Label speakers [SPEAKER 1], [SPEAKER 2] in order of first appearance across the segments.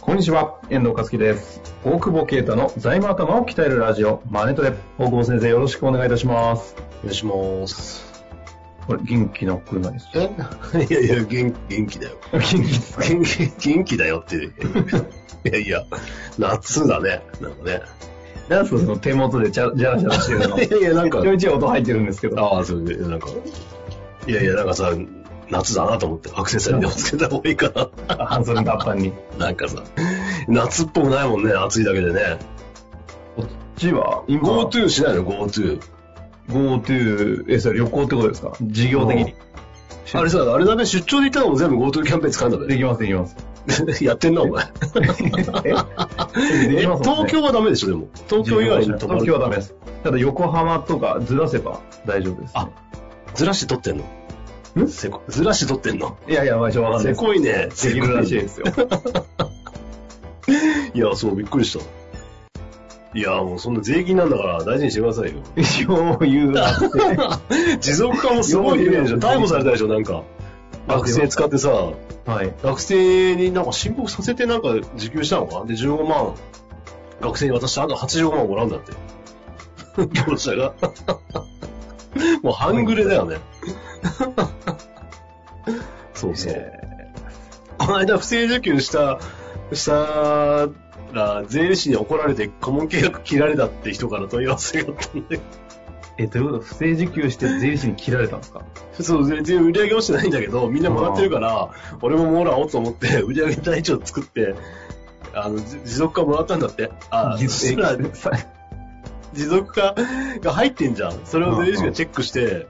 [SPEAKER 1] こんにちは、遠藤和樹です。大久保啓太の財務頭を鍛えるラジオ、マネトレ。大久保先生、よろしくお願いいたします。
[SPEAKER 2] お願いします。
[SPEAKER 1] これ、元気なくないです
[SPEAKER 2] え いやいや、元元気だよ。
[SPEAKER 1] 元気ですか
[SPEAKER 2] 元気、元気だよって。いやいや、夏だね。なんかね。
[SPEAKER 1] なんすかその手元でちゃじゃらじゃらして るの。
[SPEAKER 2] いやいや、なんか
[SPEAKER 1] ちょ、いちょい音入ってるんですけど。
[SPEAKER 2] ああ、それで、なんか、いやいや、なんかさ、夏だなと思って、アクセサリーでもつけた方がいいかな。
[SPEAKER 1] 半袖短パンに。こ
[SPEAKER 2] なんかさ、夏っぽくないもんね、暑いだけでね。
[SPEAKER 1] っちは、今、
[SPEAKER 2] GoTo しないの、GoTo。
[SPEAKER 1] GoTo、え、それ旅行ってことですか事業的に。
[SPEAKER 2] あれさ、あれだね、出張で行ったのも全部 GoTo キャンペーン使うんだ
[SPEAKER 1] で
[SPEAKER 2] ね。
[SPEAKER 1] きます、でき ます。
[SPEAKER 2] やってんな、お前。
[SPEAKER 1] えで
[SPEAKER 2] え
[SPEAKER 1] きますもんね
[SPEAKER 2] 東京はダメでしょ、でも。東京以外のところ。
[SPEAKER 1] 東京はダメです。ただ横浜とかずらせば大丈夫です。
[SPEAKER 2] あずらして撮ってんの
[SPEAKER 1] ん
[SPEAKER 2] せこずらして撮ってんの
[SPEAKER 1] いやいや、まあ、しょうがない
[SPEAKER 2] せ
[SPEAKER 1] です。
[SPEAKER 2] こいね。
[SPEAKER 1] できるらしいですよ。
[SPEAKER 2] いや、そう、びっくりした。いや、もうそんな税金なんだから大事にしてくださいよ。
[SPEAKER 1] よう言うなって。
[SPEAKER 2] 持続化もすごいイメージ
[SPEAKER 1] よく
[SPEAKER 2] 逮捕されたでしょ、なんか。学生使ってさ、
[SPEAKER 1] はい。
[SPEAKER 2] 学生になんか申告させてなんか受給したのかなで、15万、学生に渡してあと85万もらうんだって。 業者が。 もう半グレだよね。 そうそう。この間不正受給した、したら、税理士に怒られて顧問契約切られたって人から問い合わせがあったんで、
[SPEAKER 1] え、ということは不正受給して税理士に切られたんですか
[SPEAKER 2] そう、全然売り上げ落ちてないんだけど、みんなもらってるから、俺ももらおうと思って、 売り上げ台帳作って、あの、じ持続化もらったんだって。あ、そしたら、持続化が入ってんじゃん。それを税理士がチェックして、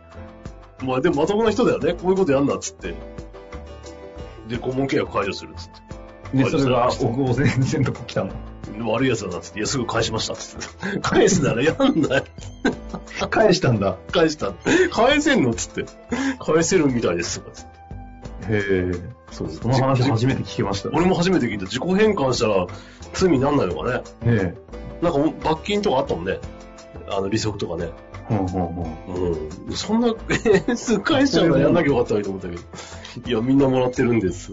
[SPEAKER 2] まあでもまともな人だよね。こういうことやんなっつって。で、顧問契約解除するっつって。
[SPEAKER 1] で、それが大久保先生のとこ来たの。
[SPEAKER 2] 悪い奴だなっつって、いや、すぐ返しましたっつって。 返すならやんなよ。
[SPEAKER 1] 返したんだ。
[SPEAKER 2] 返した。返せんのっつって。返せるみたいですとかっつって。
[SPEAKER 1] へえ。
[SPEAKER 2] そう
[SPEAKER 1] その話初めて聞きました。
[SPEAKER 2] 俺も初めて聞いた。自己返還したら罪になんないのかね。
[SPEAKER 1] ええ。
[SPEAKER 2] なんかもう罰金とかあったもんね。あの、利息とかね。
[SPEAKER 1] ほんほんほん。
[SPEAKER 2] うん。そんな、えすぐ返しちゃうからやんなきゃよかったのにと思ったけど。いや、みんなもらってるんです。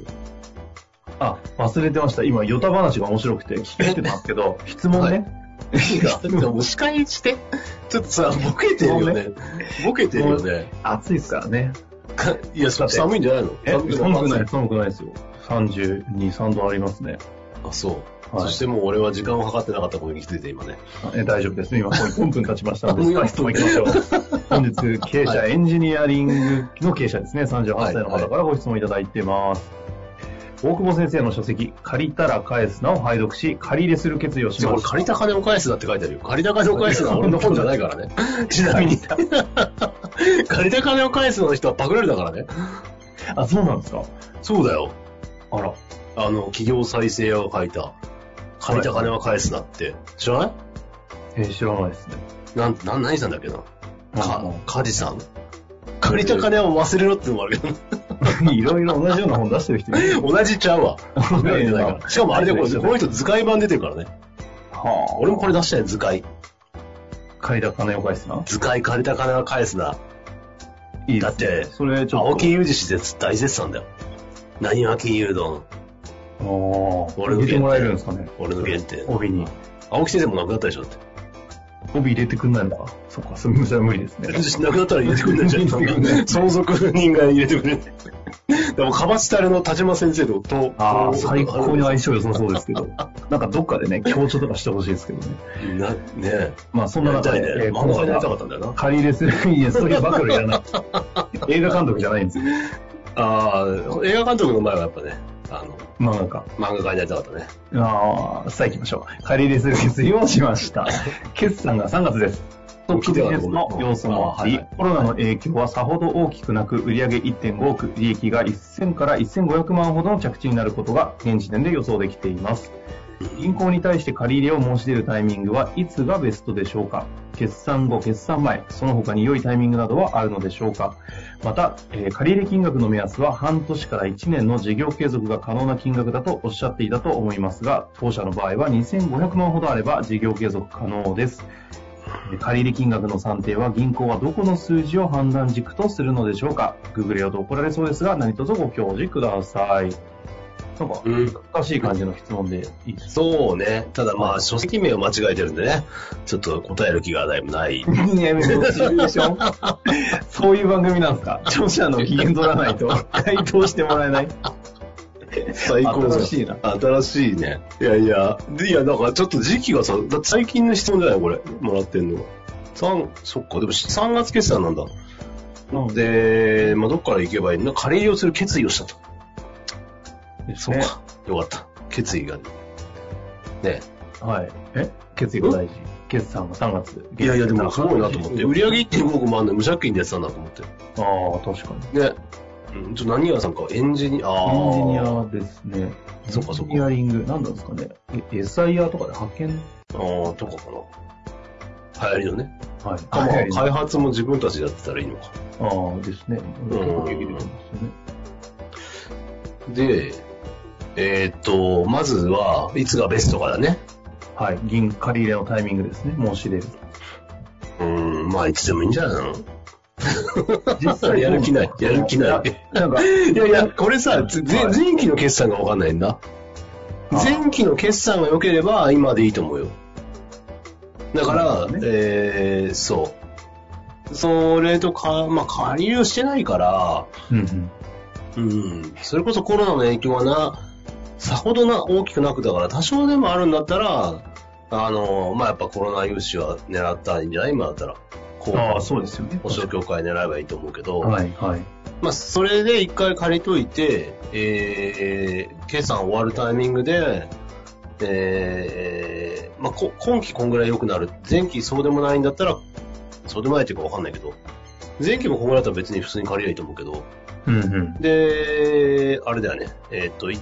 [SPEAKER 1] あ、忘れてました。今、ヨタ話が面白くて聞き入ってたんですけど、質問ね。
[SPEAKER 2] いや、でも司会して。ちょっとさ、ボケてるよね。ボケてるよね。
[SPEAKER 1] 暑いですからね。
[SPEAKER 2] かいや、そ
[SPEAKER 1] だって
[SPEAKER 2] 寒いんじゃないの
[SPEAKER 1] え、寒くないい、寒くないですよ。32、3度ありますね。
[SPEAKER 2] あ、そう。
[SPEAKER 1] はい
[SPEAKER 2] そしてもう俺は時間を計ってなかったことに気づいて今ね。
[SPEAKER 1] え大丈夫です。今、これ4分経ちま したの
[SPEAKER 2] あ
[SPEAKER 1] で、
[SPEAKER 2] りがとう
[SPEAKER 1] 質問いきましょう。本日、経営者、エンジニアリングの経営者ですね、38歳の方からご質問いただいてます。大久保先生の書籍、借りたら返すなを拝読し、借り入れする決意をし
[SPEAKER 2] じゃあ
[SPEAKER 1] ま
[SPEAKER 2] 俺
[SPEAKER 1] し
[SPEAKER 2] 借りた金を返すなって書いてあるよ。借りた金を返すなは俺の本じゃな いからね。ちなみに。 借りた金を返すの人はパクられたからね。
[SPEAKER 1] た。あ、そうなんですか
[SPEAKER 2] そうだよ。
[SPEAKER 1] あら。
[SPEAKER 2] あの、企業再生屋が書いた、借りた金は返すなって。知らない
[SPEAKER 1] えー知らないですね。
[SPEAKER 2] なん、なん、何さんだっけな
[SPEAKER 1] う
[SPEAKER 2] か
[SPEAKER 1] ん、
[SPEAKER 2] カジさん借りた金を忘れろってのもあるけど、
[SPEAKER 1] いろいろ同じような本出してる人いる。
[SPEAKER 2] 同じちゃうわ。パクられてないか
[SPEAKER 1] いやいや
[SPEAKER 2] ら。 しかもあれでこれ
[SPEAKER 1] いやいや
[SPEAKER 2] この人図解版出てるからね。
[SPEAKER 1] は
[SPEAKER 2] 俺もこれ出したよ、図解。
[SPEAKER 1] あ、借りた金を返すな。
[SPEAKER 2] 図解借りた金は返すな。
[SPEAKER 1] いい
[SPEAKER 2] だって
[SPEAKER 1] それちょっと。
[SPEAKER 2] 青木裕二氏絶大絶賛だよ。何は金融論。
[SPEAKER 1] ああ、
[SPEAKER 2] 俺の
[SPEAKER 1] 入れてもらえるんですかね。
[SPEAKER 2] 俺の原点。
[SPEAKER 1] 帯に。
[SPEAKER 2] 青木先生も亡くなったでしょって。
[SPEAKER 1] 帯入れてくんないのか。そっか、それは無理ですね。
[SPEAKER 2] 亡くなった ら入れてくれないじゃん。
[SPEAKER 1] 入れてくれない
[SPEAKER 2] 相続人が入れてくれない。でも、かばちたれの田島先生と、と、
[SPEAKER 1] ああ、
[SPEAKER 2] と
[SPEAKER 1] 最高に相性良さそうですけど。 なんかどっかでね、強調とかしてほしいですけどね。
[SPEAKER 2] な、ね
[SPEAKER 1] まあそんな
[SPEAKER 2] なり
[SPEAKER 1] 中で、
[SPEAKER 2] たいね
[SPEAKER 1] え。ー今
[SPEAKER 2] 漫画家
[SPEAKER 1] 回
[SPEAKER 2] になりたか
[SPEAKER 1] は
[SPEAKER 2] ったんだよな。
[SPEAKER 1] 借り入れする、いや、そういう暴露いら ない。映画監督じゃないんですよ。
[SPEAKER 2] ああ、映画監督の前はやっぱね、あの、
[SPEAKER 1] まあなんか、
[SPEAKER 2] 漫画家になりたかったね。
[SPEAKER 1] ああ、さあ行きましょう。借り入れする決意をしました。決算が3月です。トップビジネスの要素もあり、コロナの影響はさほど大きくなく、売上1.5億、利益が1000から1500万ほどの着地になることが現時点で予想できています。銀行に対して借り入れを申し出るタイミングはいつがベストでしょうか決算後、決算前、その他に良いタイミングなどはあるのでしょうかまた、えー借り入れ金額の目安は半年から1年の事業継続が可能な金額だとおっしゃっていたと思いますが、当社の場合は2500万ほどあれば事業継続可能です。えー借入金額の算定は銀行はどこの数字を判断軸とするのでしょうか ?Google よと怒られそうですが、何卒ご教示ください。なんか、
[SPEAKER 2] うん
[SPEAKER 1] 難しい感じの質問でいいです
[SPEAKER 2] そうね。ただまあ、書籍名を間違えてるんでね、ちょっと答える気がだいぶない。
[SPEAKER 1] ね。やめてシミュレーション そういう番組なんですか著者の機嫌取らないと回答してもらえない。
[SPEAKER 2] 最高
[SPEAKER 1] 新しいな。
[SPEAKER 2] 新しいね。いやいや。でいや、だからちょっと時期がさ、だって最近の質問じゃないこれ。もらってんのが。三、そっか、でも3月決算なんだ。で、まあ、どっから行けばいいの借り入れをする決意をしたと。そっ
[SPEAKER 1] ね
[SPEAKER 2] か。よかった。決意が。ね
[SPEAKER 1] はい。え決意が大事。決算が3月。
[SPEAKER 2] いやいや、でもすごいなと思って。売り上げ1.5億もあんのに無借金でやってたんだと思って。
[SPEAKER 1] ああ、確かに。
[SPEAKER 2] ね。うん、ちょっと何屋さんか、エンジニア、あ
[SPEAKER 1] エン
[SPEAKER 2] ー
[SPEAKER 1] ジニアですね。
[SPEAKER 2] そっかそっか
[SPEAKER 1] エンジニアリング、なんなんですかね。え SIR とかで派遣
[SPEAKER 2] ああ、とかかな。流行りのね。
[SPEAKER 1] はい。
[SPEAKER 2] まあ
[SPEAKER 1] はい
[SPEAKER 2] 開発も自分たちでやってたらいいのか。
[SPEAKER 1] ああ、ですね。結構激励なんですよね。
[SPEAKER 2] で、えーっと、まずは、いつがベストかだね。
[SPEAKER 1] はい。銀借り入れのタイミングですね。申し出る。
[SPEAKER 2] うーん、まあ、いつでもいいんじゃないの
[SPEAKER 1] 実
[SPEAKER 2] やる気ないやる気ない
[SPEAKER 1] なん か、
[SPEAKER 2] いやいや、これさ、つぜ
[SPEAKER 1] はい
[SPEAKER 2] 前期の決算がわかんないんだ。
[SPEAKER 1] あ
[SPEAKER 2] 前期の決算が良ければ、今でいいと思うよ。だから、
[SPEAKER 1] そうですね
[SPEAKER 2] えー、そう。それとか、まあ、借り入れをしてないから、
[SPEAKER 1] うんうん。
[SPEAKER 2] うん、それこそコロナの影響はな、さほどな大きくなくだから、多少でもあるんだったら、あの、まあ、やっぱコロナ融資は狙ったらいいんじゃない今だったら。こ
[SPEAKER 1] ああ、そうですよね。
[SPEAKER 2] 保証協会狙えばいいと思うけど、
[SPEAKER 1] はい、はい。
[SPEAKER 2] まあ、それで一回借りといて、えー、決算終わるタイミングで、えー、まあ、こ今期こんぐらい良くなる。前期そうでもないんだったら、そうでもないっていうかわかんないけど、前期もこんぐらいだったら別に普通に借りりゃいいと思うけど、
[SPEAKER 1] うんうん。
[SPEAKER 2] で、あれだよね、えーっと、い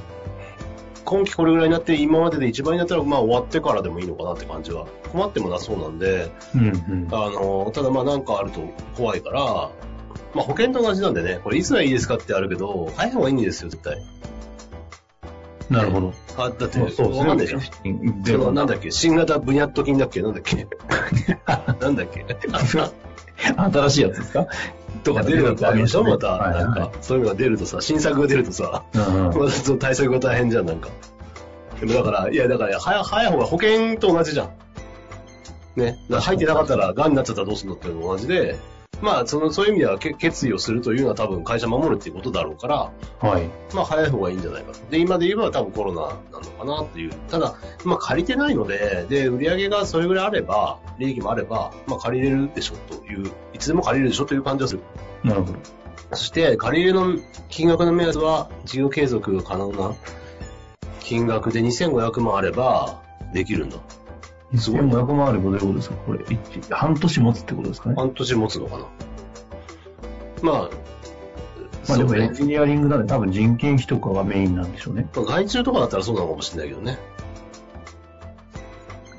[SPEAKER 2] 今期これぐらいになって、今までで一番になったら、まあ終わってからでもいいのかなって感じは、困ってもなそうなんで、
[SPEAKER 1] うんうん
[SPEAKER 2] あ。の、ただまあなんかあると怖いから、まあ保険と同じなんでね、これいつがいいですかってあるけど、早い方がいいんですよ、絶対。
[SPEAKER 1] なるほど。
[SPEAKER 2] あだって、
[SPEAKER 1] そうそう
[SPEAKER 2] わかんないじゃん。
[SPEAKER 1] ん
[SPEAKER 2] そ
[SPEAKER 1] で
[SPEAKER 2] の
[SPEAKER 1] も、
[SPEAKER 2] なんだっけ新型ブニャット菌だっけなんだっけ なんだっ け
[SPEAKER 1] 新しいやつですか
[SPEAKER 2] とか出るのってあるでしょまた、
[SPEAKER 1] はいはい
[SPEAKER 2] なんか、そういうのが出るとさ、新作が出るとさ、
[SPEAKER 1] うんうん
[SPEAKER 2] まあその対策が大変じゃん、なんか。でもだから、いや、だから、早早い方が保険と同じじゃん。ね。だから入ってなかったら、癌になっちゃったらどうするのっていうのと同じで、まあ、その、そういう意味では、け決意をするというのは多分会社守るっていうことだろうから、
[SPEAKER 1] はい。
[SPEAKER 2] まあ、早い方がいいんじゃないかと。で、今で言えば多分コロナなのかなっていう。ただ、まあ、借りてないので、で、売り上げがそれぐらいあれば、利益もあれば、まあ、借りれるでしょという、いつでも借りれるでしょという感じがする。
[SPEAKER 1] なるほど。
[SPEAKER 2] そして、借り入れの金額の目安は、事業継続が可能な金額で2500万あれば、できるんだ。すごい
[SPEAKER 1] 1500万あればどういうことですかこれ、一半年持つってことですかね
[SPEAKER 2] 半年持つのかな。まあ、
[SPEAKER 1] まあで
[SPEAKER 2] そう
[SPEAKER 1] もエ
[SPEAKER 2] ね
[SPEAKER 1] ン。ジニアリングなんで多分人件費とかがメインなんでしょうね。
[SPEAKER 2] まあ外注とかだったらそうなのかもしれないけどね。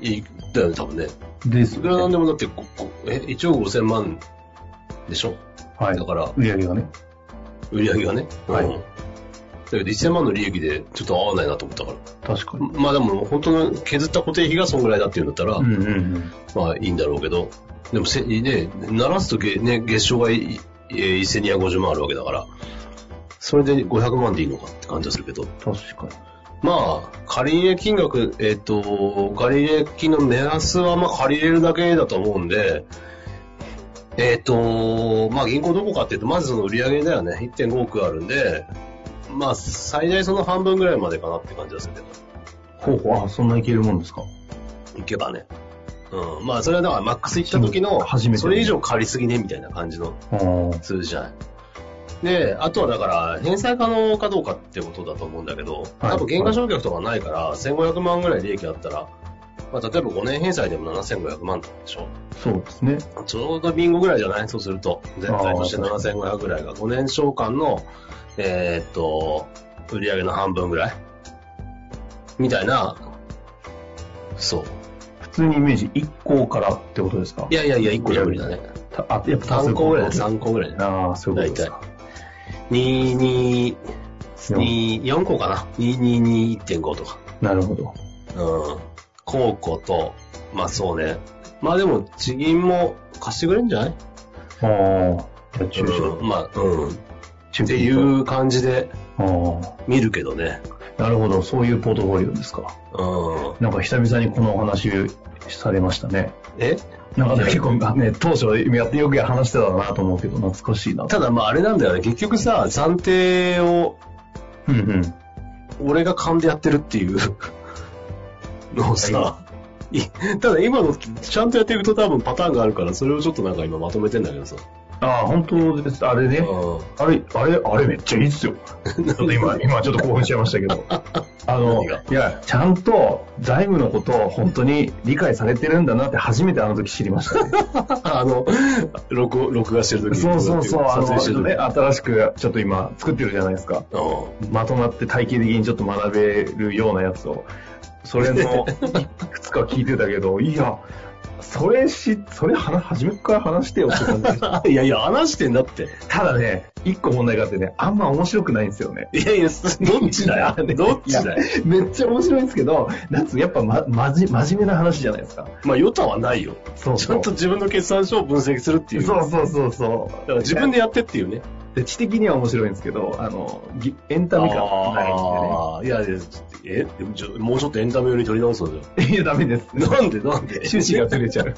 [SPEAKER 2] いい、だよね、多分ね。
[SPEAKER 1] です
[SPEAKER 2] いくらな
[SPEAKER 1] よ
[SPEAKER 2] ん
[SPEAKER 1] ね。
[SPEAKER 2] でもだって、ここえ、1億5000万でしょ
[SPEAKER 1] はい
[SPEAKER 2] だ。から、
[SPEAKER 1] 売り上げがね。
[SPEAKER 2] 売り上げがね。
[SPEAKER 1] はい
[SPEAKER 2] うんだけど1000万の利益でちょっと合わないなと思ったから。
[SPEAKER 1] 確かに。
[SPEAKER 2] まあでも本当の削った固定費がそんぐらいだっていうんだったら、
[SPEAKER 1] うんうんうん。
[SPEAKER 2] まあいいんだろうけど、でもせ、ね、鳴らすとげ、ね、月賞がいえー1250万あるわけだから、それで500万でいいのかって感じはするけど、
[SPEAKER 1] 確かに。
[SPEAKER 2] まあ、借り入れ金額、えっ、と、借り入れ金の目安は、まあ借り入れるだけだと思うんで、えっ、と、まあ銀行どこかっていうと、まずその売り上げだよね、1.5億あるんで、まあ最大その半分ぐらいまでかなって感じはするけど。
[SPEAKER 1] ほうほう、あ、そんないけるもんですか
[SPEAKER 2] いけばね。うん。まあ、それはだから、マックス行った時の、
[SPEAKER 1] 初めて
[SPEAKER 2] それ以上借りすぎね、みたいな感じの
[SPEAKER 1] ああ。
[SPEAKER 2] 数字じゃない。で、あとはだから、返済可能かどうかってことだと思うんだけど、
[SPEAKER 1] はい
[SPEAKER 2] 多分、減価償却とかないから、1500万ぐらい利益あったら、まあ、例えば5年返済でも7500万なんでしょ。
[SPEAKER 1] そうですね。
[SPEAKER 2] ちょうどビンゴぐらいじゃないそうすると。全体として7500ぐらいが5年償還の、えーっと、売上の半分ぐらいみたいな、そう。
[SPEAKER 1] 普通にイメージ1項からってことですか
[SPEAKER 2] いやいやいや、1個じゃ無理だね。
[SPEAKER 1] たあ、やっぱ
[SPEAKER 2] 3個ぐらいね、
[SPEAKER 1] 単
[SPEAKER 2] 3個ぐらいね。
[SPEAKER 1] ああ、そういうことですか。
[SPEAKER 2] 2、2、
[SPEAKER 1] い
[SPEAKER 2] 2、4個かな。2、2、2、1.5とか。
[SPEAKER 1] なるほど。
[SPEAKER 2] うん。高校と、まあそうね。まあでも、地銀も貸してくれるんじゃない
[SPEAKER 1] ああ、じゃあ中小、
[SPEAKER 2] うんまあ、うん。っ
[SPEAKER 1] 中
[SPEAKER 2] ていう感じで
[SPEAKER 1] ああ、
[SPEAKER 2] 見るけどね。
[SPEAKER 1] なるほど、そういうポートフォリオですか。
[SPEAKER 2] うん。
[SPEAKER 1] なんか久々にこのお話されましたね。
[SPEAKER 2] え
[SPEAKER 1] なんか結構ね、当初やってよく話してたなと思うけど、懐かしいな。
[SPEAKER 2] ただまああれなんだよね。結局さ、暫定を
[SPEAKER 1] うんうん。
[SPEAKER 2] 俺が勘でやってるっていうのをさ、いただ今のちゃんとやっていくと多分パターンがあるから、それをちょっとなんか今まとめてんだけどさ。
[SPEAKER 1] ああ、本当です。あれね。
[SPEAKER 2] う
[SPEAKER 1] あれ、あれ、あれめっちゃいいっ すよ。ちょっと今、今ちょっと興奮しちゃいましたけど。あの、
[SPEAKER 2] 何が
[SPEAKER 1] いや、ちゃんと財務のことを本当に理解されてるんだなって初めてあの時知りましたね。
[SPEAKER 2] んあの、録音録画してる時に
[SPEAKER 1] そうそうそう、あ
[SPEAKER 2] 撮影して
[SPEAKER 1] の、
[SPEAKER 2] る
[SPEAKER 1] ね、
[SPEAKER 2] 時
[SPEAKER 1] 新しくちょっと今作ってるじゃないですか。
[SPEAKER 2] うん
[SPEAKER 1] まとまって体系的にちょっと学べるようなやつを、それ のいくつか聞いてたけど、いや、それし、それ話、初めから話してよって感じ でした。
[SPEAKER 2] いやいや、話してんだって。
[SPEAKER 1] ただね、一個問題があってね、あんま面白くないんですよね。
[SPEAKER 2] いやいや、どっちだよ。どっちだよ。
[SPEAKER 1] めっちゃ面白いんですけど、なんつうやっぱ、ま、まじ、真面目な話じゃないですか。
[SPEAKER 2] まあ、ヨタはないよ。
[SPEAKER 1] そう
[SPEAKER 2] ちゃんと自分の決算書を分析するっていう。
[SPEAKER 1] そうそうそうそう。だ
[SPEAKER 2] だから自分でやってっていうね。
[SPEAKER 1] で知的には面白いんですけど、あの、ぎエンタメ感が
[SPEAKER 2] あーいやいや、えでもちょもうちょっとエンタメ寄り取り直そうよ。
[SPEAKER 1] ないんでね。いや、ダメです。
[SPEAKER 2] なんでなんで
[SPEAKER 1] 趣旨がずれちゃう。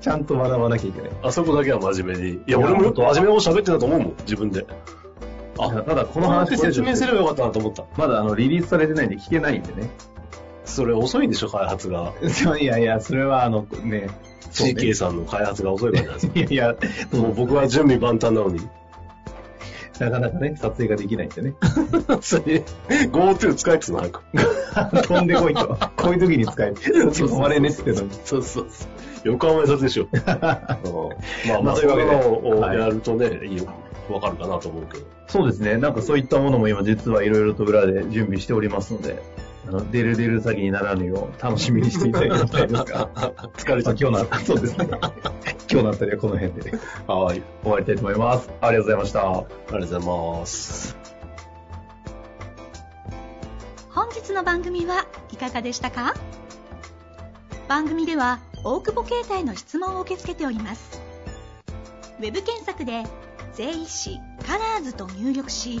[SPEAKER 1] ちゃんと学ばなきゃいけない。
[SPEAKER 2] あそこだけは真面目に。いや、俺もよく真面目を喋ってたと思うもん、自分で。あ、
[SPEAKER 1] ただ、こ
[SPEAKER 2] この
[SPEAKER 1] の話
[SPEAKER 2] 話説明す
[SPEAKER 1] る。
[SPEAKER 2] ればよかったなと思った。
[SPEAKER 1] まだあの、リリースされてないんで聞けないんでね。
[SPEAKER 2] それ遅いんでしょ、開発が。
[SPEAKER 1] いやいや、それはあの、ね、そうね
[SPEAKER 2] CK さんの開発が遅いからじゃない です
[SPEAKER 1] いやいや、
[SPEAKER 2] か。もう僕は準備万端なのに。
[SPEAKER 1] なかなかね、撮影ができないん でね。
[SPEAKER 2] それ、GoTo 使えってたの、早く。
[SPEAKER 1] 飛んでこいと。こういう時に使える。止まれねえってのに。
[SPEAKER 2] そうそうそう。横浜印刷 でしょ。うんまあ、
[SPEAKER 1] ま
[SPEAKER 2] ま
[SPEAKER 1] あ
[SPEAKER 2] あ、
[SPEAKER 1] そ
[SPEAKER 2] そうう
[SPEAKER 1] い
[SPEAKER 2] いう
[SPEAKER 1] わ
[SPEAKER 2] う
[SPEAKER 1] けで
[SPEAKER 2] のを
[SPEAKER 1] はい
[SPEAKER 2] やるとね、いいよわかるかなと思うけど。
[SPEAKER 1] そうですね。なんかそういったものも今実はいろいろと裏で準備しておりますので、あの、デルデル詐欺にならぬよう楽しみにしていただきたいですが、
[SPEAKER 2] 疲れち
[SPEAKER 1] ま
[SPEAKER 2] ゃ
[SPEAKER 1] あ
[SPEAKER 2] っ
[SPEAKER 1] 今日の、そうですね。 今日のあたりはこの辺で
[SPEAKER 2] た。はい。
[SPEAKER 1] 終わりたいと思います。ありがとうございました。
[SPEAKER 2] ありがとうございます。
[SPEAKER 3] 本日の番組はいかがでしたか番組では大久保携帯の質問を受け付けておりますウェブ検索で「税理士カラーズと入力し